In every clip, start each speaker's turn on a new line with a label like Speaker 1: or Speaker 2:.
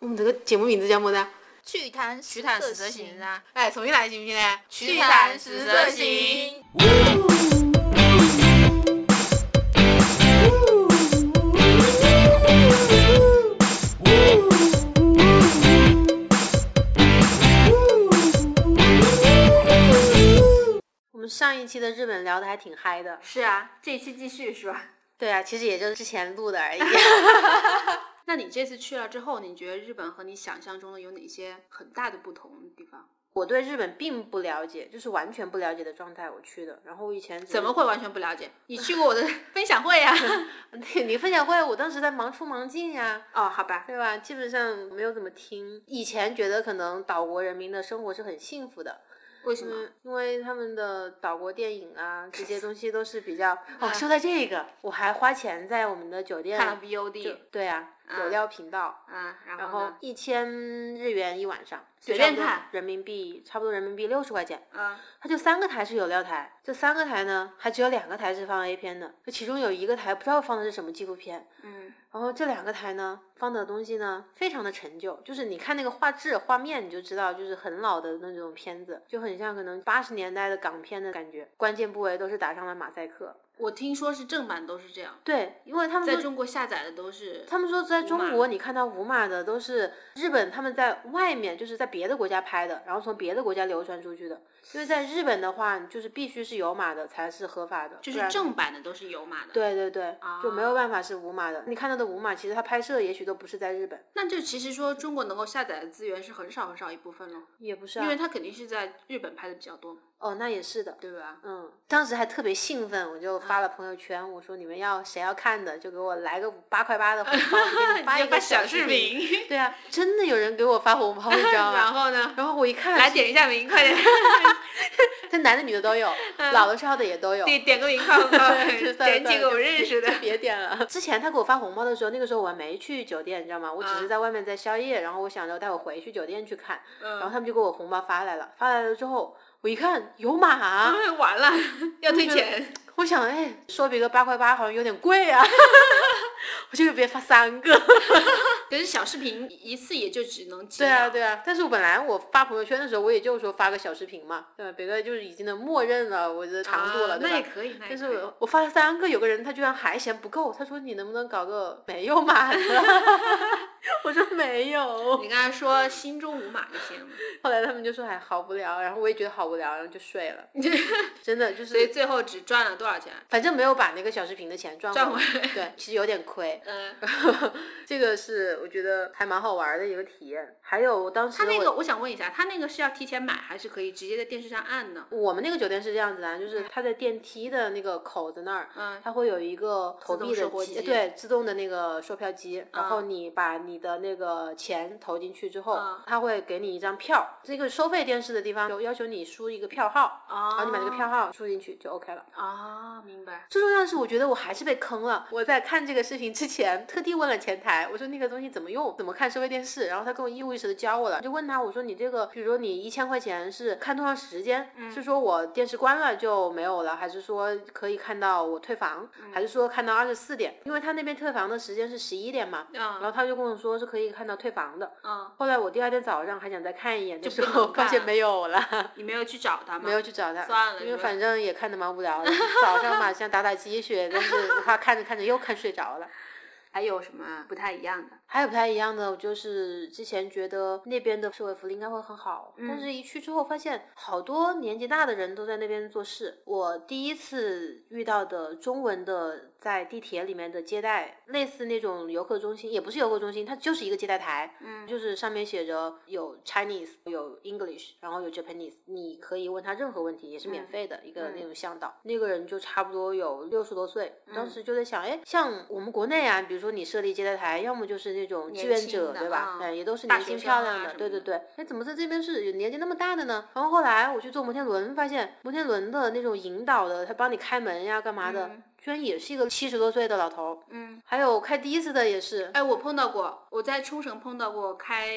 Speaker 1: 我们这个节目名字叫么子？
Speaker 2: 趣谈
Speaker 1: 曲坛十色行啊！哎，重新来行不行呢？
Speaker 2: 曲坛十色行。
Speaker 1: 我们上一期的日本聊的还挺嗨的，
Speaker 2: 是啊，这一期继续是 吧？
Speaker 1: 对啊，其实也就是之前录的 而已。
Speaker 2: 那你这次去了之后，你觉得日本和你想象中的有哪些很大的不同的地方？
Speaker 1: 我对日本并不了解，就是完全不了解的状态我去的。然后我以前只
Speaker 2: 怎么会完全不了解？你去过我的 分享会呀、
Speaker 1: 你 你分享会，我当时在忙出忙进呀、
Speaker 2: 哦，好吧，
Speaker 1: 对吧？基本上没有怎么听。以前觉得可能岛国人民的生活是很幸福的，
Speaker 2: 为什 么？
Speaker 1: 嗯，因为他们的岛国电影啊，这些东西都是比较……哦，说到这个，我还花钱在我们的酒店
Speaker 2: 看了
Speaker 1: 就
Speaker 2: VOD，
Speaker 1: 对啊，有
Speaker 2: 嗯
Speaker 1: 料频道，
Speaker 2: 嗯，然
Speaker 1: 然
Speaker 2: 后
Speaker 1: 后
Speaker 2: 呢？
Speaker 1: 一千日元一晚上，
Speaker 2: 随便
Speaker 1: 差不多
Speaker 2: 看
Speaker 1: 人民币，差不多人民币六十块钱。
Speaker 2: 嗯，
Speaker 1: 它就三个台是有料台，这三个台呢，还只有两个台是放 A 片的，就其中有一个台不知道放的是什么纪录片。
Speaker 2: 嗯，
Speaker 1: 然后这两个台呢，放的东西呢，非常的陈旧，就是你看那个画质、画面，你就知道就是很老的那种片子，就很像可能八十年代的港片的感觉，关键部位都是打上了马赛克。
Speaker 2: 我听说是正版都是这样，
Speaker 1: 对，因为他们
Speaker 2: 在
Speaker 1: 都
Speaker 2: 中国下载的都是
Speaker 1: 他们说在中
Speaker 2: 码
Speaker 1: 国，你看到无码的都是日本他们在外面，就是在别的国家拍的，然后从别的国家流传出去的。因为在日本的话，就是必须是有码的才是合法的，
Speaker 2: 就
Speaker 1: 不然
Speaker 2: 是正版的都是有码的。，
Speaker 1: 对对对，就没有
Speaker 2: 啊
Speaker 1: 办法是无码的。你看到的无码，其实它拍摄也许都不是在日本，
Speaker 2: 那就其实说中国能够下载的资源是很少很少一部分了，
Speaker 1: 也不是啊
Speaker 2: 因为。它肯定是在日本拍的比较多，
Speaker 1: 哦，那也是的。
Speaker 2: 对吧？
Speaker 1: 嗯，当时还特别兴奋，我就发了朋友圈，我说你们要谁要看的，就给我来个八块八的红包，我 给你发一个视。
Speaker 2: 频，
Speaker 1: 对啊，真的有人给我发红 包，你知道吗？
Speaker 2: 后呢？
Speaker 1: 然后我一看，
Speaker 2: 来点一下名，快点，
Speaker 1: 这男的女的都 有，
Speaker 2: 嗯
Speaker 1: 老的少的也都有。
Speaker 2: 点点个名，快快
Speaker 1: 就算了算了就
Speaker 2: 识的。
Speaker 1: 别点了。 之前他给我发红包的时候，那个时候我还没去酒店，你知道吗？我只是
Speaker 2: 啊
Speaker 1: 在外面在宵夜，然后我想着待会回去酒店去看，然后
Speaker 2: 嗯，
Speaker 1: 他们就给我红包发来了。发来了之后，我一看有
Speaker 2: 嗯
Speaker 1: 码，
Speaker 2: 啊完了，要退
Speaker 1: 觉得。 我想哎，说比个八块八好像有点贵啊， 我就给别发三个。
Speaker 2: 可是小视频一次也就只能几
Speaker 1: 对啊，
Speaker 2: 秒，
Speaker 1: 对啊。但是我本来我发朋友圈的时候，我也就说发个小视频嘛，对吧？别个就是已经能默认了我的长度了，
Speaker 2: 啊
Speaker 1: 对
Speaker 2: 那
Speaker 1: 吧
Speaker 2: 也？可以，那也
Speaker 1: 但是
Speaker 2: 可以
Speaker 1: 我我发了三个，有个人他居然还嫌不够，他说你能不能搞 个没有码的？ 我说没有。
Speaker 2: 你刚才说心中无码就行了，
Speaker 1: 后来他们就说哎好无聊，然后我也觉得好无聊，然后就睡了。 真的就
Speaker 2: 所以
Speaker 1: 是，
Speaker 2: 最后只赚了多少钱？
Speaker 1: 反正没有把那个小视频的钱赚
Speaker 2: 赚
Speaker 1: 回
Speaker 2: 回
Speaker 1: 来。
Speaker 2: 来。
Speaker 1: 对，其实有点亏，
Speaker 2: 嗯，
Speaker 1: 这个是我觉得还蛮好玩的一个体验。还有我当时
Speaker 2: 他那
Speaker 1: 我
Speaker 2: 个我想问一下，他那个是要提前买还是可以直接在电视上按呢？
Speaker 1: 我们那个酒店是这样子的，啊就是它在电梯的那个口子那儿，
Speaker 2: 嗯，
Speaker 1: 它会有一个投
Speaker 2: 自动
Speaker 1: 币的
Speaker 2: 售货
Speaker 1: 机呃
Speaker 2: 机
Speaker 1: 对，自动的那个售票机，然后
Speaker 2: 嗯
Speaker 1: 你把你的那个钱投进去之后，
Speaker 2: 嗯
Speaker 1: 它会给你一张票。这个收费电视的地方有要求你输一个票号，然
Speaker 2: 啊
Speaker 1: 后你把这个票号输进去就 OK 了。
Speaker 2: 啊，明白。
Speaker 1: 最重要的是，我觉得我还是被坑了。我在看这个视频之前，特地问了前台，我说那个东西怎么用，怎么看收费电视，然后他跟我一五一十的教我了。就问他，我说你这个，比如说你一千块钱是看多长时间？
Speaker 2: 嗯
Speaker 1: 是说我电视关了就没有了，还是说可以看到我退房，
Speaker 2: 嗯
Speaker 1: 还是说看到二十四点？因为他那边退房的时间是十一点嘛，然后
Speaker 2: 嗯
Speaker 1: 他就跟我说是可以看到退房的。
Speaker 2: 嗯，
Speaker 1: 后来我第二天早上还想再看一眼的
Speaker 2: 就
Speaker 1: 时
Speaker 2: 不
Speaker 1: 候，
Speaker 2: 能
Speaker 1: 发
Speaker 2: 看
Speaker 1: 现
Speaker 2: 了
Speaker 1: 没有了。
Speaker 2: 嗯你没有去找他吗？
Speaker 1: 没有去找他，
Speaker 2: 算了
Speaker 1: 因为
Speaker 2: 是吧
Speaker 1: 反正也看的蛮无聊 的，早上嘛想打打鸡血，但是他看着看着又看睡着了。
Speaker 2: 还有什么不太一样的？
Speaker 1: 还有不太一样的，我就是之前觉得那边的社会福利应该会很好，但
Speaker 2: 嗯
Speaker 1: 是一去之后发现好多年纪大的人都在那边做事。我第一次遇到的中文的在地铁里面的接待，类似那种游客中心，也不是游客中心，它就是一个接待台，
Speaker 2: 嗯，
Speaker 1: 就是上面写着有 Chinese，有 English，然后有 Japanese，你可以问他任何问题，也是免
Speaker 2: 嗯
Speaker 1: 费的一个那
Speaker 2: 嗯
Speaker 1: 种向导。那个人就差不多有六十多岁，当
Speaker 2: 嗯
Speaker 1: 时就在想，哎，像我们国内啊，比如说你设立接待台，要么就是那种志
Speaker 2: 年
Speaker 1: 愿
Speaker 2: 轻
Speaker 1: 者，
Speaker 2: 的
Speaker 1: 对吧？
Speaker 2: 啊
Speaker 1: 哎，也都是
Speaker 2: 大
Speaker 1: 年轻
Speaker 2: 学
Speaker 1: 漂
Speaker 2: 生啊
Speaker 1: 亮的，
Speaker 2: 什
Speaker 1: 对
Speaker 2: 么
Speaker 1: 对
Speaker 2: 的
Speaker 1: 对。哎，怎么在这边是有年纪那么大的呢？然后后来我去坐摩天轮，发现摩天轮的那种引导的，他帮你开门呀，干嘛的，
Speaker 2: 嗯
Speaker 1: 居然也是一个七十多岁的老头。
Speaker 2: 嗯，
Speaker 1: 还有开的士的也是，
Speaker 2: 哎，我碰到过，我在冲绳碰到过开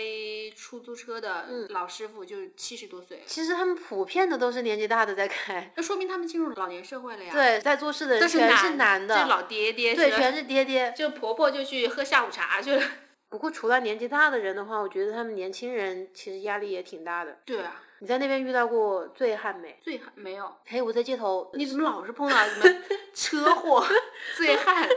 Speaker 2: 出租车的
Speaker 1: 嗯
Speaker 2: 老师傅，就是七十多岁，
Speaker 1: 其实他们普遍的都是年纪大的在开。
Speaker 2: 那说明他们进入老年社会了呀。，
Speaker 1: 对，在做事的人
Speaker 2: 都是
Speaker 1: 全是
Speaker 2: 男
Speaker 1: 男的，
Speaker 2: 这老爹爹
Speaker 1: 对，
Speaker 2: 是
Speaker 1: 全是爹爹。
Speaker 2: 就婆婆就去喝下午茶去了，
Speaker 1: 不过除了年纪大的人的话，我觉得他们年轻人其实压力也挺大的。
Speaker 2: 对啊，
Speaker 1: 你在那边遇到过醉汉没？
Speaker 2: 醉汉没有，
Speaker 1: 嘿，我在街头，
Speaker 2: 你怎么老是碰到什么 车祸、醉汉，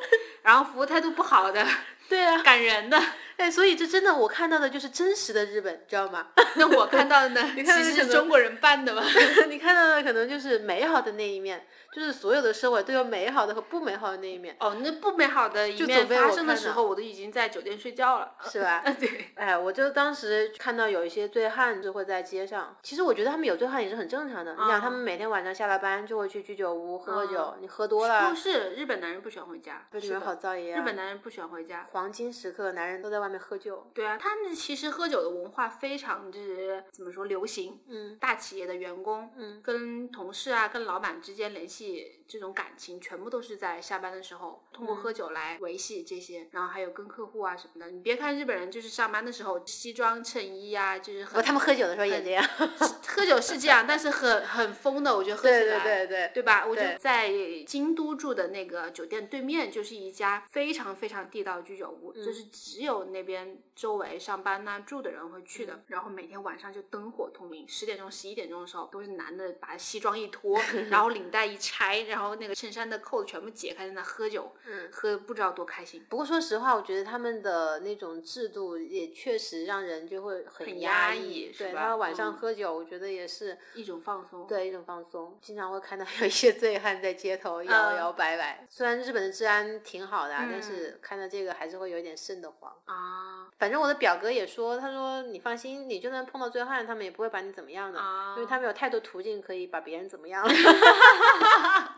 Speaker 2: 然后服务态度不好的、
Speaker 1: 对啊，
Speaker 2: 赶人的？
Speaker 1: 哎，所以这真的我看到的就是真实的日本，你知道吗？
Speaker 2: 那我看到的呢，
Speaker 1: 你看
Speaker 2: 其实
Speaker 1: 这
Speaker 2: 是
Speaker 1: 个
Speaker 2: 中国人 办的吧？
Speaker 1: 你看到的可能就是美好的那一面，就是所有的社会都有美好的和不美好的那一面，
Speaker 2: 哦，那不美好的一
Speaker 1: 就
Speaker 2: 面
Speaker 1: 总被
Speaker 2: 发
Speaker 1: 我
Speaker 2: 生的
Speaker 1: 看
Speaker 2: 时
Speaker 1: 到
Speaker 2: 候，我都已经在酒店睡觉了。
Speaker 1: 是吧？
Speaker 2: 对，
Speaker 1: 哎，我就当时看到有一些醉汉就会在街上，其实我觉得他们有醉汉也是很正常的。你想，他
Speaker 2: 嗯
Speaker 1: 们每天晚上下了班就会去居酒屋喝喝酒，
Speaker 2: 嗯
Speaker 1: 你喝多
Speaker 2: 不
Speaker 1: 了，
Speaker 2: 是日本男人不喜欢回家，
Speaker 1: 为什
Speaker 2: 是
Speaker 1: 么
Speaker 2: 的
Speaker 1: 好造业啊？
Speaker 2: 日本男人不喜欢回家。
Speaker 1: 黄金时刻，男人都在外面喝酒。
Speaker 2: 对啊，他们其实喝酒的文化非常之怎么说流行，
Speaker 1: 嗯
Speaker 2: 大企业的员工
Speaker 1: 嗯，
Speaker 2: 跟同事啊、跟老板之间联系这种感情，全部都是在下班的时候通过
Speaker 1: 嗯
Speaker 2: 喝酒来维系这些，然后还有跟客户啊什么的。你别看日本人就是上班的时候西装衬衣啊，就是
Speaker 1: 哦，
Speaker 2: 很
Speaker 1: 他们喝酒的时候也这样。
Speaker 2: 喝酒是这样，但是很很疯的，我觉得喝起来。
Speaker 1: 对对对对，
Speaker 2: 对吧？我就
Speaker 1: 对
Speaker 2: 在京都住的那个酒店对面，就是一家非常非常地道的居酒屋，
Speaker 1: 嗯
Speaker 2: 就是只有那边周围上班呐、住的人会去
Speaker 1: 嗯
Speaker 2: 的。然后每天晚上就灯火通明，十点钟、十一点钟的时候，都是男的把西装 一脱，然后领带一拆，然后那个衬衫的扣子全部解开，在那喝酒，
Speaker 1: 嗯。
Speaker 2: 喝不知道多开心。
Speaker 1: 不过说实话，我觉得他们的那种制度也确实让人就会
Speaker 2: 很压
Speaker 1: 压
Speaker 2: 抑是
Speaker 1: 对
Speaker 2: 吧
Speaker 1: 他们晚
Speaker 2: 嗯
Speaker 1: 上喝酒，我觉得也是
Speaker 2: 一种放松。
Speaker 1: 对，一种放松。经常会看到有一些醉汉在街头摇
Speaker 2: 嗯
Speaker 1: 摇摆摆。虽然日本的治安挺好的啊，
Speaker 2: 嗯
Speaker 1: 但是看到这个还是会有一点瘆得慌。
Speaker 2: 啊
Speaker 1: 反正我的表哥也说，他说你放心，你就算碰到醉汉，他们也不会把你怎么样的，
Speaker 2: 啊！
Speaker 1: 因为他们有太多途径可以把别人怎么样了。不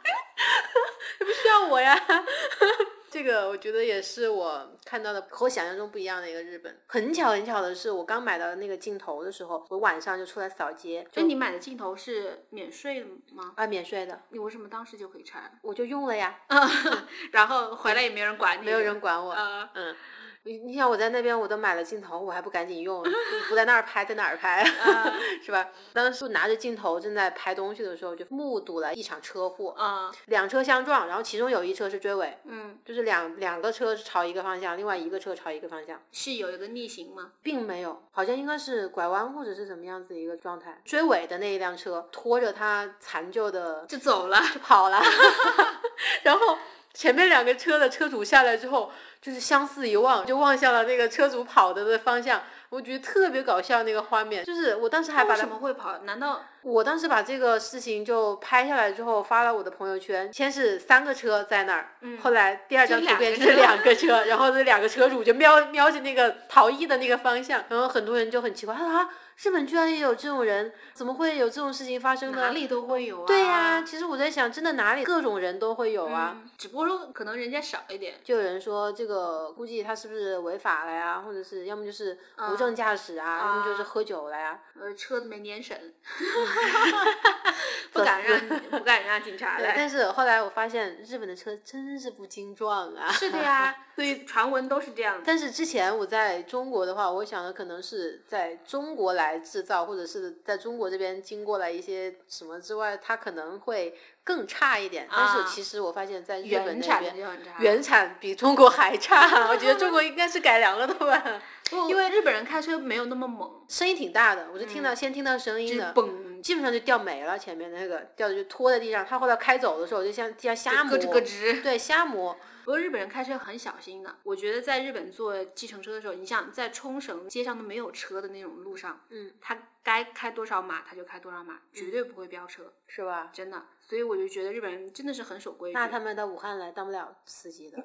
Speaker 1: 需要我呀。 这个我觉得也是我看到的和我想象中不一样的一个日本。很巧很巧的是，我刚买到那个镜头的时候，我晚上就出来扫街，
Speaker 2: 所
Speaker 1: 就
Speaker 2: 以哎你买的镜头是免税的吗？
Speaker 1: 啊免税的，
Speaker 2: 你为什么当时就可以拆？
Speaker 1: 我就用了呀。
Speaker 2: 然后回来也没有人管你，
Speaker 1: 没有人管我。
Speaker 2: 呃，
Speaker 1: 嗯，你你想我在那边我都买了镜头，我还不赶紧用，不在那儿拍，在哪儿拍？
Speaker 2: 啊
Speaker 1: 是吧？当时拿着镜头正在拍东西的时候，就目睹了一场车祸，
Speaker 2: 啊，
Speaker 1: 两车相撞，然后其中有一车是追尾，
Speaker 2: 嗯，
Speaker 1: 就是两两个车是朝一个方向，另外一个车朝一个方向，
Speaker 2: 是有一个逆行吗？
Speaker 1: 并没有，好像应该是拐弯或者是什么样子的一个状态。追尾的那一辆车拖着他残旧的
Speaker 2: 就走 了，
Speaker 1: 就跑了， 然后前面两个车的车主下来之后，就是相似一望，就望向了那个车主跑的的方向，我觉得特别搞笑那个画面，就是我当时还
Speaker 2: 他
Speaker 1: 把
Speaker 2: 为什
Speaker 1: 它，
Speaker 2: 么会跑？ 难道
Speaker 1: 我当时把这个事情就拍下来之后发了我的朋友圈，先是三个车在那儿，
Speaker 2: 嗯
Speaker 1: 后来第二
Speaker 2: 就
Speaker 1: 张图
Speaker 2: 两
Speaker 1: 片
Speaker 2: 个
Speaker 1: 是
Speaker 2: 车
Speaker 1: 两 个车，然后这两个车主就瞄瞄着那个逃逸的那个方向，然后很多人就很奇怪，他说啊，日本居然也有这种人，怎么会有这种事情发生呢？
Speaker 2: 哪里都会有啊？
Speaker 1: 对呀、其实我在想，真的哪里各种人都会有啊。
Speaker 2: 嗯，只不过说可能人家少一点，
Speaker 1: 就有人说这个估计他是不是违法了呀，或者是要么就是
Speaker 2: 嗯
Speaker 1: 无证驾驶啊，要么就是喝酒了呀。
Speaker 2: 呃，车子没粘 绳，不敢让你 不敢让警察
Speaker 1: 对，
Speaker 2: 来。
Speaker 1: 但是后来我发现日本的车真是不经撞 啊。
Speaker 2: 是的呀，所以传闻都是这样的。
Speaker 1: 但是之前我在中国的话，我想的可能是在中国来制造，或者是在中国这边经过了一些什么之外，它可能会更差一点。但
Speaker 2: 啊
Speaker 1: 是其实我发现，在日本
Speaker 2: 原
Speaker 1: 那
Speaker 2: 产的
Speaker 1: 边，
Speaker 2: 就很差，
Speaker 1: 原产比中国还差，我觉得中国应该是改良了的吧。
Speaker 2: 不因为日本人开车没有那么猛，
Speaker 1: 声音挺大的，我就听到、先听到声
Speaker 2: 嗯就
Speaker 1: 音
Speaker 2: 是
Speaker 1: 的，
Speaker 2: 嘣，
Speaker 1: 基本上就掉没了，前面那个掉的就拖在地上。他后来开走的时候，我就像像瞎
Speaker 2: 咯
Speaker 1: 磨，
Speaker 2: 吱咯吱。
Speaker 1: 对，瞎磨。
Speaker 2: 不过日本人开车很小心的，我觉得在日本坐计程车的时候，你想在冲绳街上都没有车的那种路上，
Speaker 1: 嗯，
Speaker 2: 他该开多少码他就开多少码，绝对不会飙车，
Speaker 1: 是吧？
Speaker 2: 真的。所以我就觉得日本人真的是很守规矩，
Speaker 1: 那他们到武汉来当不了司机 的，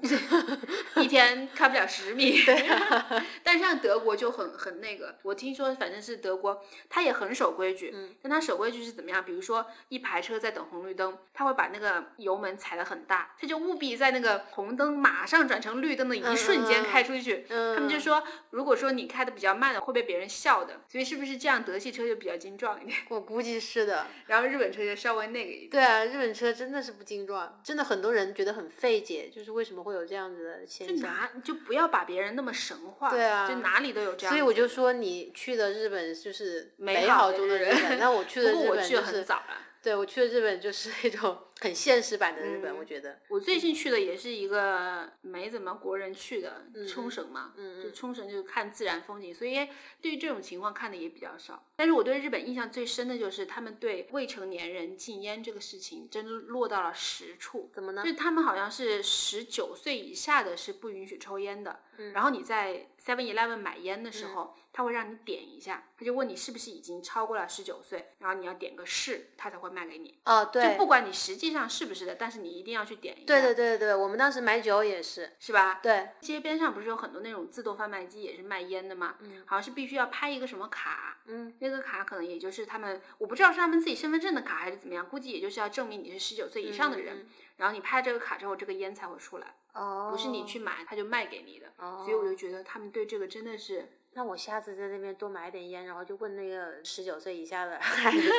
Speaker 2: 一天开不了十米。
Speaker 1: 啊
Speaker 2: 但是像德国就很很那个，我听说反正是德国，他也很守规矩，
Speaker 1: 嗯
Speaker 2: 但他守规矩是怎么样？比如说一排车在等红绿灯，他会把那个油门踩得很大，他就务必在那个红灯马上转成绿灯的一瞬
Speaker 1: 嗯
Speaker 2: 间
Speaker 1: 嗯
Speaker 2: 开出去。
Speaker 1: 嗯，
Speaker 2: 他们就说，如果说你开的比较慢的，会被别人笑的，所以是不是这样德系车就比较精壮一点，
Speaker 1: 我估计是的。
Speaker 2: 然后日本车就稍微那个一点？
Speaker 1: 对啊，日本车真的是不经撞，真的很多人觉得很费解，就是为什么会有这样子的
Speaker 2: 就
Speaker 1: 现象。
Speaker 2: 哪就不要把别人那么神话，
Speaker 1: 对啊
Speaker 2: 就哪里都有这样。
Speaker 1: 所以我就，说，你去的日本就是
Speaker 2: 美
Speaker 1: 美
Speaker 2: 好
Speaker 1: 好
Speaker 2: 的
Speaker 1: 中的
Speaker 2: 日
Speaker 1: 日
Speaker 2: 本
Speaker 1: 本，那我去
Speaker 2: 不
Speaker 1: 的
Speaker 2: 过
Speaker 1: 日
Speaker 2: 我
Speaker 1: 本
Speaker 2: 去
Speaker 1: 就
Speaker 2: 的
Speaker 1: 是
Speaker 2: 很早了，啊
Speaker 1: 对我去了日本就是一种很现实版的日本，
Speaker 2: 嗯
Speaker 1: 我觉得。
Speaker 2: 我最近去的也是一个没怎么国人去的冲绳嘛，
Speaker 1: 嗯嗯
Speaker 2: 就冲绳就是看自然风景，所以对于这种情况看的也比较少。但是我对日本印象最深的就是他们对未成年人禁烟这个事情真的落到了实处，
Speaker 1: 怎么呢
Speaker 2: 就？是他们好像是十九岁以下的是不允许抽烟的，
Speaker 1: 嗯
Speaker 2: 然后你在 Seven Eleven 买烟的时候，他会让你点一下，他就问你是不是已经超过了十九岁，然后你要点个是，他才会卖给你。
Speaker 1: 哦，
Speaker 2: 就
Speaker 1: 对
Speaker 2: 不，管你实际上是不是的，但是你一定要去点一下，
Speaker 1: 对对对对，我们当时买酒也是，
Speaker 2: 是吧？
Speaker 1: 对，
Speaker 2: 街边上不是有很多那种自动贩卖机也是卖烟的吗？
Speaker 1: 嗯
Speaker 2: 好像是必须要拍一个什么卡，
Speaker 1: 嗯，
Speaker 2: 那个卡可能也就是他们，我不知道是他们自己身份证的卡还是怎么样，估计也就是要证明你是十九岁以上的人，
Speaker 1: 嗯
Speaker 2: 然后你拍这个卡之后，这个烟才会出来。
Speaker 1: 哦，
Speaker 2: 不是你去买，他就卖给你的。
Speaker 1: 哦，
Speaker 2: 所以我就觉得他们对这个真的是，
Speaker 1: 那我下次在那边多买点烟，然后就问那个十九岁以下的孩子，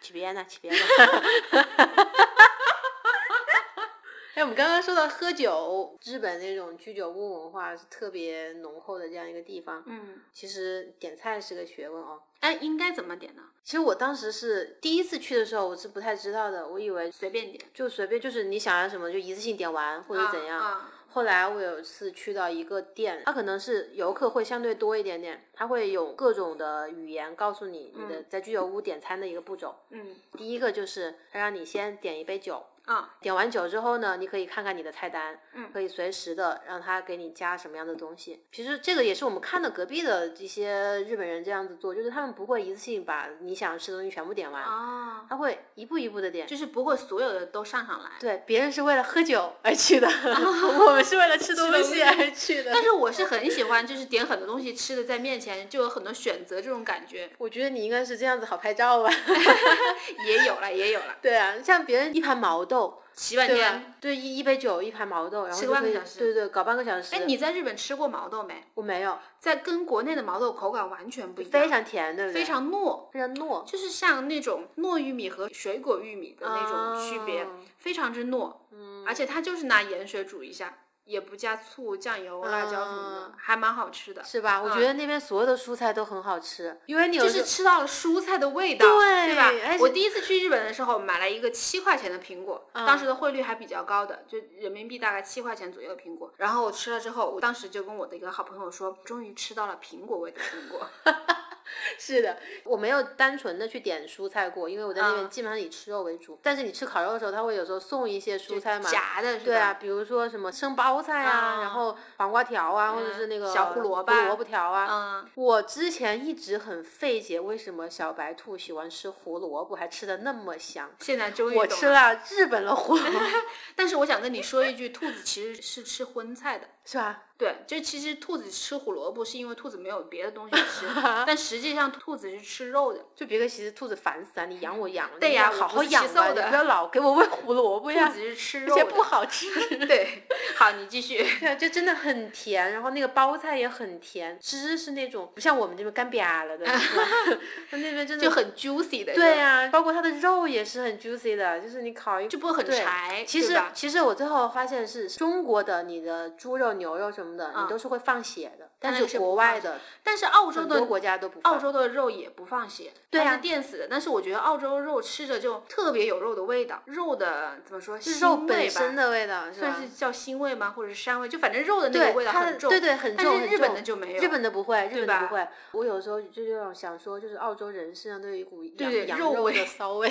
Speaker 1: 起别呢，起别呢。 哎，我们刚刚说到喝酒，日本那种居酒屋文化是特别浓厚的这样一个地方。
Speaker 2: 嗯，
Speaker 1: 其实点菜是个学问哦。
Speaker 2: 哎，应该怎么点呢？
Speaker 1: 其实我当时是第一次去的时候，我是不太知道的，我以为
Speaker 2: 随便点，
Speaker 1: 就随便，就是你想要什么就一次性点完或者怎样。
Speaker 2: 啊
Speaker 1: 后来我有一次去到一个店，它可能是游客会相对多一点点，它会有各种的语言告诉你你的在居酒屋点餐的一个步骤。
Speaker 2: 嗯
Speaker 1: 第一个就是它让你先点一杯酒，
Speaker 2: 啊，
Speaker 1: 点完酒之后呢，你可以看看你的菜单，
Speaker 2: 嗯
Speaker 1: 可以随时的让他给你加什么样的东西。其实这个也是我们看到隔壁的这些日本人这样子做，就是他们不会一次性把你想吃的东西全部点完，
Speaker 2: 啊，
Speaker 1: 他会一步一步的点。
Speaker 2: 就是不会所有的都上上来。
Speaker 1: 哦对，别人是为了喝酒而去 的，我们是为了吃东
Speaker 2: 东
Speaker 1: 西
Speaker 2: 西
Speaker 1: 而去的。
Speaker 2: 但是我是很喜欢，就是点很多东西吃的在面前，就有很多选择这种感觉，
Speaker 1: 我觉得你应该是这样子好拍照吧？
Speaker 2: 也有了，也有了。
Speaker 1: 对啊，像别人一盘毛豆，
Speaker 2: 洗碗
Speaker 1: 对
Speaker 2: 店，
Speaker 1: 吧？对，一一杯酒，一盘毛豆，然后
Speaker 2: 吃
Speaker 1: 就
Speaker 2: 半
Speaker 1: 可
Speaker 2: 个
Speaker 1: 以
Speaker 2: 小时
Speaker 1: 对对，搞半个小时。
Speaker 2: 哎，你在日本吃过毛豆没？
Speaker 1: 我没有，
Speaker 2: 在跟国内的毛豆口感完全不一样，
Speaker 1: 非常甜，对不对？
Speaker 2: 非常糯，
Speaker 1: 非常糯，
Speaker 2: 就是像那种糯玉米和水果玉米的那种区别，
Speaker 1: 哦
Speaker 2: 非常之糯。嗯，而且它就是拿盐水煮一下，也不加醋、酱油、辣椒什么的，
Speaker 1: 嗯
Speaker 2: 还蛮好吃的。
Speaker 1: 是吧？我觉得那边所有的蔬菜都很好吃，因为你有
Speaker 2: 就
Speaker 1: 时
Speaker 2: 嗯是
Speaker 1: 候
Speaker 2: 吃到了蔬菜的味道，
Speaker 1: 对而
Speaker 2: 对吧？
Speaker 1: 且
Speaker 2: 我第一次去日本的时候，买了一个七块钱的苹果，当时的汇率还比较高的，就人民币大概七块钱左右的苹果。然后我吃了之后，我当时就跟我的一个好朋友说，终于吃到了苹果味的苹果。
Speaker 1: 是的，我没有单纯的去点蔬菜过，因为我在那边
Speaker 2: 嗯
Speaker 1: 基本上以吃肉为主。但是你吃烤肉的时候，他会有时候送一些蔬菜嘛，
Speaker 2: 夹的是吧？
Speaker 1: 对啊，，比如说什么生包菜啊，
Speaker 2: 啊
Speaker 1: 然后黄瓜条啊，或者
Speaker 2: 嗯
Speaker 1: 是那个
Speaker 2: 小胡萝卜
Speaker 1: 萝卜条啊。
Speaker 2: 嗯，
Speaker 1: 我之前一直很费解，为什么小白兔喜欢吃胡萝卜，还吃的那么香。
Speaker 2: 现在终于
Speaker 1: 我
Speaker 2: 懂
Speaker 1: 吃了日本的胡萝 卜，
Speaker 2: 但是我想跟你说一句，兔子其实是吃荤菜的。
Speaker 1: 是吧？
Speaker 2: 对，就其实兔子吃胡萝卜是因为兔子没有别的东西 吃，但实际上兔子是吃肉的。
Speaker 1: 就别个其实兔子烦死啊！你养我养，
Speaker 2: 对
Speaker 1: 你
Speaker 2: 呀
Speaker 1: 要好
Speaker 2: 我
Speaker 1: 好
Speaker 2: 不是
Speaker 1: 养
Speaker 2: 吃
Speaker 1: 吧，你
Speaker 2: 素的
Speaker 1: 不要老给我喂胡萝卜
Speaker 2: 兔
Speaker 1: 呀
Speaker 2: 子，是吃
Speaker 1: 而
Speaker 2: 肉
Speaker 1: 且
Speaker 2: 的，
Speaker 1: 不好吃。
Speaker 2: 对。好，你 继续。
Speaker 1: 对啊，就真的很甜，然后那个包菜也很甜，汁是那种不像我们这边干瘪了的，是吧 那边真的
Speaker 2: 就很 juicy 的，
Speaker 1: 对呀、包括它的肉也是很 juicy 的，就是你烤一
Speaker 2: 就不会很
Speaker 1: 对
Speaker 2: 柴，
Speaker 1: 其
Speaker 2: 对
Speaker 1: 实
Speaker 2: 吧
Speaker 1: 其实我最后发现是中国的你的猪肉、牛肉什么的，你
Speaker 2: 嗯
Speaker 1: 都是会放血的，但
Speaker 2: 那
Speaker 1: 是
Speaker 2: 个是
Speaker 1: 国
Speaker 2: 不
Speaker 1: 外
Speaker 2: 放
Speaker 1: 的
Speaker 2: 但是澳洲
Speaker 1: 很多
Speaker 2: 的
Speaker 1: 国家都不放。
Speaker 2: 澳洲的肉也不放血，
Speaker 1: 对
Speaker 2: 它
Speaker 1: 呀
Speaker 2: 是电死的。但是我觉得澳洲肉吃着就特别有肉的味道，肉的怎么说，
Speaker 1: 是肉
Speaker 2: 腥
Speaker 1: 本
Speaker 2: 味吧
Speaker 1: 身的味道，吧
Speaker 2: 算是叫腥味吗？或者是膻味？就反正肉的那
Speaker 1: 对
Speaker 2: 个味道
Speaker 1: 它的
Speaker 2: 很重，
Speaker 1: 对对很重，
Speaker 2: 但是
Speaker 1: 很
Speaker 2: 日本
Speaker 1: 重
Speaker 2: 的就没有，
Speaker 1: 日本的不会，日本的
Speaker 2: 对吧
Speaker 1: 不会。我有时候就这种想说，就是澳洲人身上都有一股羊
Speaker 2: 对
Speaker 1: 羊
Speaker 2: 肉
Speaker 1: 肉的
Speaker 2: 味
Speaker 1: 骚味。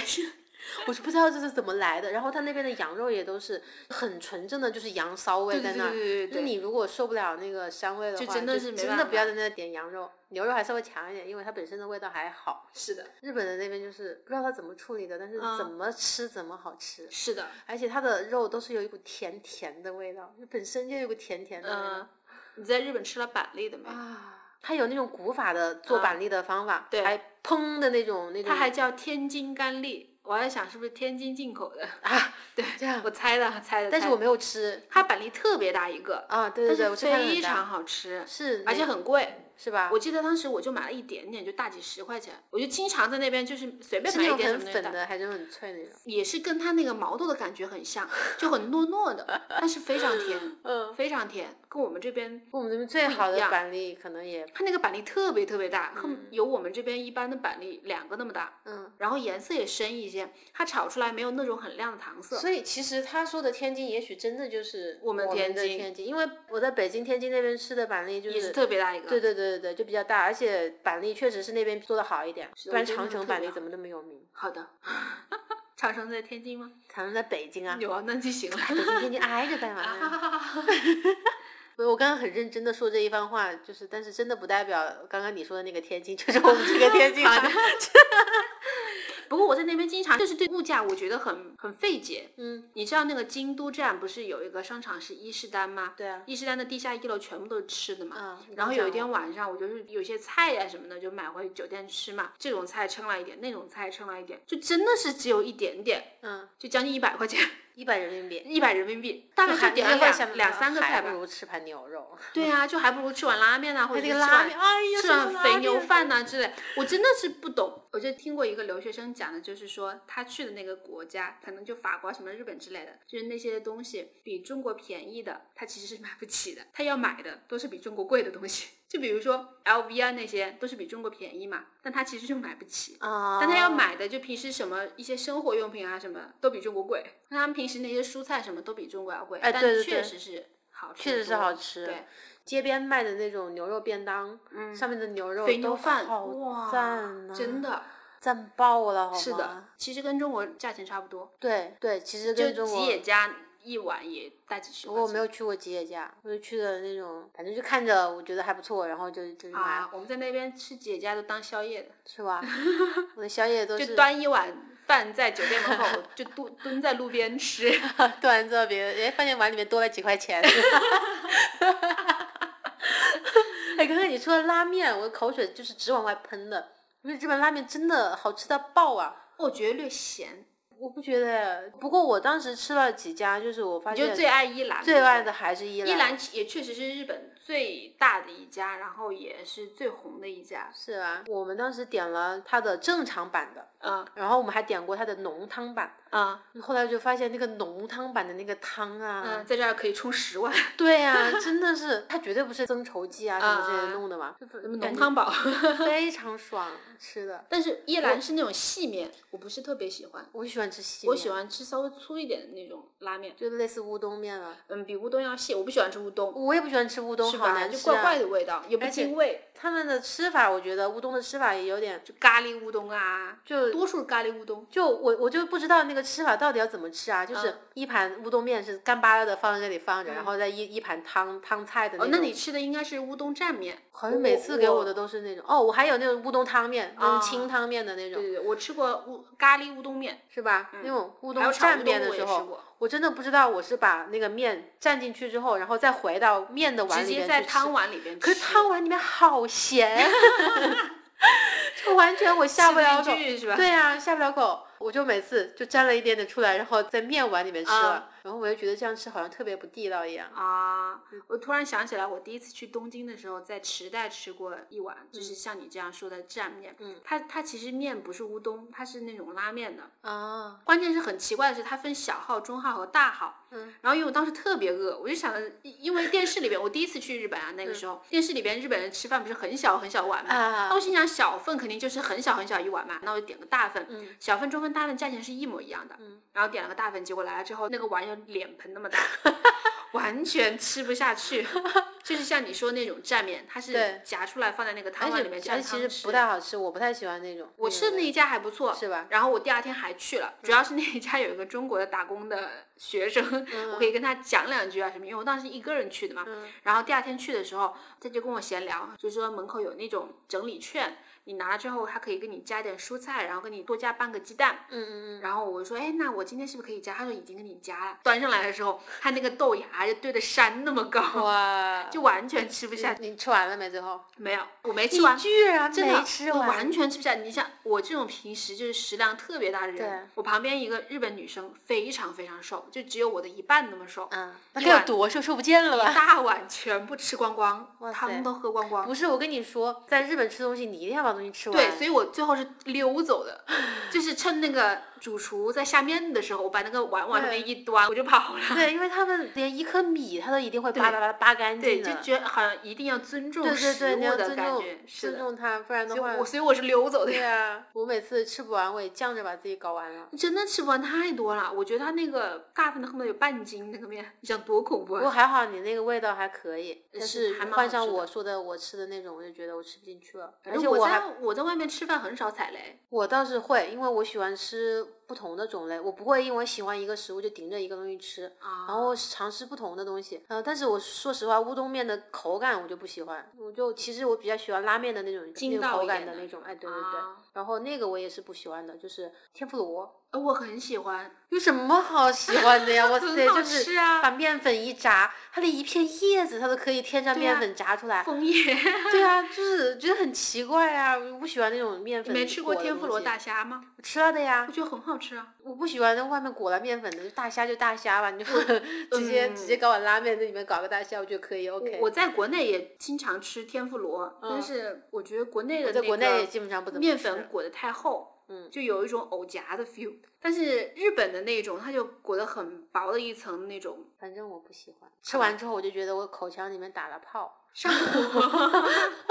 Speaker 1: 我是不知道这是怎么来的，然后他那边的羊肉也都是很纯正的，就是羊骚味
Speaker 2: 对
Speaker 1: 在
Speaker 2: 对
Speaker 1: 那
Speaker 2: 对
Speaker 1: 儿。
Speaker 2: 对对
Speaker 1: 就
Speaker 2: 对，
Speaker 1: 你如果受不了那个膻味的话，
Speaker 2: 就真的是没
Speaker 1: 真
Speaker 2: 办
Speaker 1: 的
Speaker 2: 法
Speaker 1: 不要在那点羊肉，牛肉还稍微强一点，因为它本身的味道还好。
Speaker 2: 是的，
Speaker 1: 日本的那边就是不知道它怎么处理的，但是
Speaker 2: 嗯
Speaker 1: 怎么吃怎么好吃，
Speaker 2: 是的，
Speaker 1: 而且它的肉都是有一股甜甜的味道，就本身就有一股甜甜的味道。
Speaker 2: 嗯。你在日本吃了板栗的没？
Speaker 1: 啊，它有那种古法的做板栗的方法，
Speaker 2: 嗯对
Speaker 1: 还烹的那种那种，
Speaker 2: 它还叫天津干栗，我还想是不是天津进口的，
Speaker 1: 啊，
Speaker 2: 对，
Speaker 1: 这样
Speaker 2: 我猜的，猜的。
Speaker 1: 但是
Speaker 2: 猜
Speaker 1: 我
Speaker 2: 的
Speaker 1: 没有吃
Speaker 2: 它板栗特别大一个，
Speaker 1: 啊，对对对，我
Speaker 2: 但是
Speaker 1: 吃看了
Speaker 2: 非
Speaker 1: 很大
Speaker 2: 常好吃，
Speaker 1: 是，
Speaker 2: 而且很贵。
Speaker 1: 是吧？
Speaker 2: 我记得当时我就买了一点点，就大几十块钱，我就经常在那边就是随便
Speaker 1: 是
Speaker 2: 买
Speaker 1: 那
Speaker 2: 一
Speaker 1: 种
Speaker 2: 点什
Speaker 1: 很
Speaker 2: 么东西
Speaker 1: 粉
Speaker 2: 带
Speaker 1: 的，还是很脆那种？
Speaker 2: 也是跟它那个毛豆的感觉很像，就很糯糯 的，但是非常甜，
Speaker 1: 嗯，
Speaker 2: 非常甜，跟我们这边
Speaker 1: 我们这边最
Speaker 2: 不一
Speaker 1: 好的
Speaker 2: 样
Speaker 1: 板栗可能也，
Speaker 2: 它那个板栗特别特别大，和有我们这边一般的板栗两个那么大，
Speaker 1: 嗯，
Speaker 2: 然后颜色也深一些，它炒出来没有那种很亮的糖色。
Speaker 1: 所以其实他说的天津，也许真的就是
Speaker 2: 我们
Speaker 1: 们
Speaker 2: 天
Speaker 1: 的
Speaker 2: 津
Speaker 1: 天津，因为我在北京、天津那边吃的板栗就
Speaker 2: 也是特别大一个，
Speaker 1: 对对对对对，就比较大，而且板栗确实是那边做的好一点，
Speaker 2: 是的
Speaker 1: 不然
Speaker 2: 我觉得
Speaker 1: 长
Speaker 2: 那种
Speaker 1: 城
Speaker 2: 特
Speaker 1: 板
Speaker 2: 别
Speaker 1: 栗
Speaker 2: 好
Speaker 1: 怎么那么有名？
Speaker 2: 好的， 长城在天津吗？
Speaker 1: 长城在北京啊，
Speaker 2: 有啊，那就行 了。
Speaker 1: 北京天津挨着干嘛呀？ 不是我刚刚很认真的说这一番话，就是但是真的不代表刚刚你说的那个天津，就是我们这 个天津
Speaker 2: 好
Speaker 1: 啊
Speaker 2: 的。不过我在那边经常就是对物价，我觉得很很费解。
Speaker 1: 嗯，
Speaker 2: 你知道那个京都站不是有一个商场是伊势丹吗？
Speaker 1: 对啊，
Speaker 2: 伊势丹的地下一楼全部都是吃的嘛。
Speaker 1: 嗯，你
Speaker 2: 然后
Speaker 1: 讲
Speaker 2: 有一
Speaker 1: 我
Speaker 2: 天晚上，我就是有些菜呀、什么的，就买回酒店吃嘛。这种菜称了一点，那种菜称了一点，就真的是只有一点点，
Speaker 1: 嗯，
Speaker 2: 就将近一百块钱，
Speaker 1: 一百人民币，
Speaker 2: 一百人民币，大概
Speaker 1: 还
Speaker 2: 就点了
Speaker 1: 那块下
Speaker 2: 两
Speaker 1: 面
Speaker 2: 两
Speaker 1: 还
Speaker 2: 三个菜
Speaker 1: 还不
Speaker 2: 吧。
Speaker 1: 如吃盘牛肉，
Speaker 2: 对啊，就还不如吃碗拉面呐、啊或
Speaker 1: 还
Speaker 2: 者
Speaker 1: 有
Speaker 2: 是
Speaker 1: 那个
Speaker 2: 吃
Speaker 1: 拉
Speaker 2: 碗
Speaker 1: 面，哎呀，
Speaker 2: 吃
Speaker 1: 什么
Speaker 2: 碗
Speaker 1: 拉
Speaker 2: 肥牛
Speaker 1: 面
Speaker 2: 饭呐、之类，我真的是不懂。我就听过一个留学生讲的，就是说他去的那个国家，可能就法国啊什么日本之类的，就是那些东西比中国便宜的，他其实是买不起的，他要买的都是比中国贵的东西。 就比如说 LV 啊那些，都是比中国便宜嘛，但他其实就买不起。
Speaker 1: 啊，
Speaker 2: 但他要买的就平时什么一些生活用品啊什么都比中国贵，那他们平时那些蔬菜什么都比中国要贵，
Speaker 1: 哎
Speaker 2: 但
Speaker 1: 对对
Speaker 2: 确
Speaker 1: 对
Speaker 2: 实是好吃，
Speaker 1: 确实是好。吃，
Speaker 2: 对，
Speaker 1: 街边卖的那种牛肉便当，
Speaker 2: 嗯
Speaker 1: 上面的牛肉
Speaker 2: 肥牛
Speaker 1: 都
Speaker 2: 饭，
Speaker 1: 好
Speaker 2: 哇，
Speaker 1: 赞呐
Speaker 2: 真的
Speaker 1: 赞爆了，好吗？
Speaker 2: 是的，，其实跟中国价钱差不多，
Speaker 1: 对对，其实
Speaker 2: 就
Speaker 1: 跟中
Speaker 2: 吉
Speaker 1: 国
Speaker 2: 野家一碗也大几十
Speaker 1: 不
Speaker 2: 块
Speaker 1: 过
Speaker 2: 钱。
Speaker 1: 我没有去过吉野家，我就去的那种，反正就看着我觉得还不错，然后就就去买，
Speaker 2: 啊，我们在那边吃吉野家都当宵夜的，
Speaker 1: 是 吧？我的宵夜都是
Speaker 2: 就端一碗饭在酒店门口，就蹲蹲在路边吃。
Speaker 1: 端着别人，哎，发现碗里面多了几块钱。哎，刚才你说的拉面，我口水就是直往外喷的，因为日本拉面真的好吃到爆啊！
Speaker 2: 我觉得略咸，
Speaker 1: 我不觉得，不过我当时吃了几家，就是我发
Speaker 2: 你就
Speaker 1: 现
Speaker 2: 最爱一兰，
Speaker 1: 最爱
Speaker 2: 对
Speaker 1: 的还是伊
Speaker 2: 不对。一兰也确实是日本最大的一家，然后也是最红的一家。
Speaker 1: 是啊，我们当时点了它的正常版的，
Speaker 2: 嗯
Speaker 1: 然后我们还点过它的浓汤版。
Speaker 2: 嗯
Speaker 1: 后来就发现那个浓汤版的那个汤啊
Speaker 2: 嗯，，在这儿可以充十碗，
Speaker 1: 对呀、真的是它绝对不是增稠剂啊什么之类
Speaker 2: 啊
Speaker 1: 的弄的嘛，就
Speaker 2: 什么
Speaker 1: 感
Speaker 2: 浓
Speaker 1: 觉
Speaker 2: 汤宝。
Speaker 1: 非常爽，吃的。
Speaker 2: 但是叶兰是那种细面，我不是特别喜欢，
Speaker 1: 我喜欢吃细面，
Speaker 2: 我喜欢吃稍微粗一点的那种拉面，
Speaker 1: 就类似乌冬面了。
Speaker 2: 嗯，比乌冬要细。我不喜欢吃乌冬，
Speaker 1: 我也不喜欢吃乌冬，
Speaker 2: 是
Speaker 1: 好
Speaker 2: 吧？
Speaker 1: 难
Speaker 2: 就
Speaker 1: 吃
Speaker 2: 怪怪
Speaker 1: 啊！
Speaker 2: 的味道，也不
Speaker 1: 而且
Speaker 2: 进味，
Speaker 1: 他们的吃法，我觉得乌冬的吃法也有点
Speaker 2: 就咖喱乌冬啊，
Speaker 1: 就
Speaker 2: 多数是咖喱乌冬。
Speaker 1: 就我我就不知道那个吃法到底要怎么吃啊，
Speaker 2: 嗯
Speaker 1: 就是一盘乌冬面是干巴拉的放在那里放着，然后再一一盘汤汤菜的那
Speaker 2: 哦，
Speaker 1: 种。
Speaker 2: 那你吃的应该是乌冬蘸面，
Speaker 1: 好像每次给
Speaker 2: 我
Speaker 1: 我的都是那种哦，我还有那种乌冬汤面，那
Speaker 2: 啊
Speaker 1: 种清汤面的那
Speaker 2: 对
Speaker 1: 种，
Speaker 2: 对对，我吃过乌咖喱乌冬面，
Speaker 1: 是吧？那种乌冬
Speaker 2: 还有炒乌
Speaker 1: 蘸
Speaker 2: 冬
Speaker 1: 面的
Speaker 2: 我也
Speaker 1: 时
Speaker 2: 吃
Speaker 1: 候
Speaker 2: 过，
Speaker 1: 我真的不知道我是把那个面蘸进去之后，然后再回到面的碗
Speaker 2: 直
Speaker 1: 里
Speaker 2: 接
Speaker 1: 面
Speaker 2: 在
Speaker 1: 去吃。
Speaker 2: 汤碗里边吃。
Speaker 1: 可是汤碗里面好咸， 就完全我下不了
Speaker 2: 吃
Speaker 1: 口
Speaker 2: 进。去是吧？
Speaker 1: 对啊，下不了口，我就每次就沾了一点点出来，然后在面碗里面吃
Speaker 2: 啊
Speaker 1: 了，然后我就觉得这样吃好像特别不地道一样。
Speaker 2: 啊，我突然想起来，我第一次去东京的时候，在池袋吃过一碗，就是像你这样说的蘸面。
Speaker 1: 嗯，
Speaker 2: 它它其实面不是乌冬，它是那种拉面的。
Speaker 1: 啊，
Speaker 2: 关键是很奇怪的是，它分小号、中号和大号。
Speaker 1: 嗯，
Speaker 2: 然后因为我当时特别饿，我就想着，因因为电视里边，我第一次去日本啊，那个时候、电视里边日本人吃饭不是很小很小碗嘛，
Speaker 1: 嗯啊
Speaker 2: 那我心想小份肯定就是很小很小一碗嘛，那我就点个大份，
Speaker 1: 嗯
Speaker 2: 小份、中份、大份价钱是一模一样的，
Speaker 1: 嗯
Speaker 2: 然后点了个大份，结果来了之后那个碗有脸盆那 么大，完全吃不下去， 就是像你说那种蘸面，它是
Speaker 1: 对
Speaker 2: 夹出来放在那个
Speaker 1: 而
Speaker 2: 汤碗里面
Speaker 1: 且
Speaker 2: 蘸
Speaker 1: 而且
Speaker 2: 汤
Speaker 1: 其实
Speaker 2: 吃
Speaker 1: 不太好吃，我不太喜欢那种。
Speaker 2: 我吃的那一家还不错，
Speaker 1: 是吧？嗯
Speaker 2: 然后我第二天还去了，主要是那一家有一个中国的打工的学生，
Speaker 1: 嗯
Speaker 2: 我可以跟他讲两句啊什么，因为我当时一个人去啊的嘛。然后第二天去的时候，他就跟我闲聊，就说门口有那种整理券，你拿了之后，他可以给你加点蔬菜，然后给你多加半个鸡蛋。
Speaker 1: 嗯嗯嗯，
Speaker 2: 然后我就说，哎，那我今天是不是可以加？他说已经给你加了。端上来的时候，他那个豆芽就对着山那么高，
Speaker 1: 哇，
Speaker 2: 就 完全吃不下。
Speaker 1: 你你吃完了没？最后
Speaker 2: 没有，我没
Speaker 1: 你
Speaker 2: 吃完，
Speaker 1: 居然啊
Speaker 2: 真的啊
Speaker 1: 没吃
Speaker 2: 我
Speaker 1: 完，
Speaker 2: 完全吃不下。你像我这种平时就是食量特别大的人
Speaker 1: 对，
Speaker 2: 我旁边一个日本女生非常非常瘦，就只有我的一半那么瘦，
Speaker 1: 嗯，那
Speaker 2: 一
Speaker 1: 该有
Speaker 2: 碗
Speaker 1: 多瘦，瘦不见了吧？
Speaker 2: 大碗全部吃光光
Speaker 1: 哇，塞
Speaker 2: 汤都喝光光。
Speaker 1: 不是，我跟你说，在日本吃东西，你一定要把东西吃完。
Speaker 2: 对，所以我最后是溜走 的，就是趁那个主厨在下面的时候，我把那个碗往上面一端，我就跑了。
Speaker 1: 对因为他们连一颗米，他都一定会扒
Speaker 2: 对
Speaker 1: 扒扒扒干
Speaker 2: 对，
Speaker 1: 净
Speaker 2: 就
Speaker 1: 的。
Speaker 2: 觉得好像一定要尊重
Speaker 1: 对对
Speaker 2: 食
Speaker 1: 对，你要
Speaker 2: 物的
Speaker 1: 尊
Speaker 2: 感
Speaker 1: 重
Speaker 2: 觉，是
Speaker 1: 尊
Speaker 2: 的。
Speaker 1: 重他，不然
Speaker 2: 所
Speaker 1: 的
Speaker 2: 以
Speaker 1: 话
Speaker 2: 我，所以我是溜走的
Speaker 1: 对，啊，我每次吃不完，我也犟着把自己搞完了。
Speaker 2: 真的吃不完太多了。我觉得它那个大份的恨不得有半斤那个面，你想多恐怖
Speaker 1: 不
Speaker 2: 啊！
Speaker 1: 过还好你那个味道还可以，但
Speaker 2: 呃
Speaker 1: 是
Speaker 2: 是还蛮好
Speaker 1: 换上
Speaker 2: 吃的
Speaker 1: 我说的我吃的那种，我就觉得我吃不进去了。
Speaker 2: 而
Speaker 1: 而且
Speaker 2: 且我
Speaker 1: 还
Speaker 2: 在我在外面吃饭很少踩雷，
Speaker 1: 我倒是会，因为我喜欢吃不同的种类，我不会因为喜欢一个食物就顶着一个东西吃，
Speaker 2: 啊
Speaker 1: 然后尝试不同的东西。呃，但是我说实话，乌冬面的口感我就不喜欢，我就其实我比较喜欢拉面的那种
Speaker 2: 筋
Speaker 1: 那种
Speaker 2: 道
Speaker 1: 口
Speaker 2: 一
Speaker 1: 感
Speaker 2: 点
Speaker 1: 的
Speaker 2: 的
Speaker 1: 那种，哎，对对对。
Speaker 2: 啊
Speaker 1: 然后那个我也是不喜欢的，就是天妇罗。
Speaker 2: 呃我很喜欢，
Speaker 1: 有什么好喜欢的 呀？哇塞，
Speaker 2: 很好
Speaker 1: 就
Speaker 2: 吃
Speaker 1: 是
Speaker 2: 啊
Speaker 1: 把，面粉一炸，它的一片叶子它都可以添上
Speaker 2: 对
Speaker 1: 面
Speaker 2: 啊
Speaker 1: 粉炸出 来。
Speaker 2: 枫叶。
Speaker 1: 对啊，就是觉得很奇怪啊，我不喜欢那种面
Speaker 2: 你
Speaker 1: 粉。
Speaker 2: 没吃过天妇罗大？虾吗？
Speaker 1: 吃了的呀
Speaker 2: 我。觉得很好吃啊。
Speaker 1: 我不喜欢那外面裹了面粉的，就大虾就大虾吧，你就 直接、直接搞碗拉面，在里面搞个大虾，我觉得可以。OK，
Speaker 2: 嗯我在国内也经常吃天妇罗，但
Speaker 1: 嗯
Speaker 2: 是我觉得国内的
Speaker 1: 我在
Speaker 2: 那
Speaker 1: 国
Speaker 2: 个
Speaker 1: 内也基本上不怎么
Speaker 2: 面
Speaker 1: 吃
Speaker 2: 粉裹得太厚，
Speaker 1: 嗯
Speaker 2: 就有一种藕夹的 feel。但 是日本的那种，它就裹得很薄的一层那种，
Speaker 1: 反正我不喜欢。吃
Speaker 2: 嗯
Speaker 1: 完之后我就觉得我口腔里面打了泡。
Speaker 2: 上火。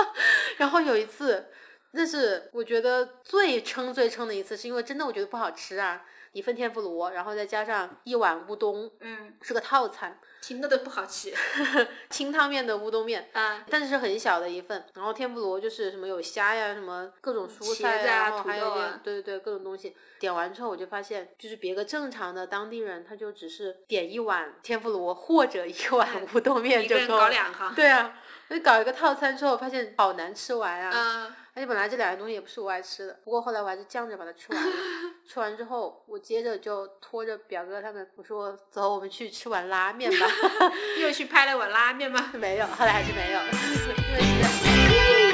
Speaker 1: 然后有一次，那是我觉得最撑最撑的一次，是因为真的我觉得不好吃啊，一份天妇罗，然后再加上一碗乌冬，
Speaker 2: 嗯，
Speaker 1: 是个套餐，
Speaker 2: 听着都不好吃。
Speaker 1: 清汤面的乌冬面。
Speaker 2: 啊，
Speaker 1: 但是是很小的一份。然后天妇罗就是什么有虾呀，什么各种蔬
Speaker 2: 茄
Speaker 1: 菜
Speaker 2: 子啊
Speaker 1: 然后
Speaker 2: 土
Speaker 1: 还有
Speaker 2: 豆
Speaker 1: 一
Speaker 2: 啊
Speaker 1: 些对对对各种东西。点完之后我就发现，就是别个正常的当地人，他就只是点一碗天妇罗或者一碗
Speaker 2: 嗯
Speaker 1: 乌冬面
Speaker 2: 一个
Speaker 1: 就
Speaker 2: 人
Speaker 1: 够
Speaker 2: 搞
Speaker 1: 了。
Speaker 2: 两行。
Speaker 1: 对啊，就搞一个套餐之后，发现好难吃完啊！
Speaker 2: 嗯，
Speaker 1: 而且本来这两样东西也不是我爱吃的，不过后来我还是犟着把它吃 完了。吃完之后，我接着就拖着表哥他们，我说走，我们去吃碗拉面吧。
Speaker 2: 又去拍了碗拉面吗？
Speaker 1: 没有，后来还是没有，因为实在。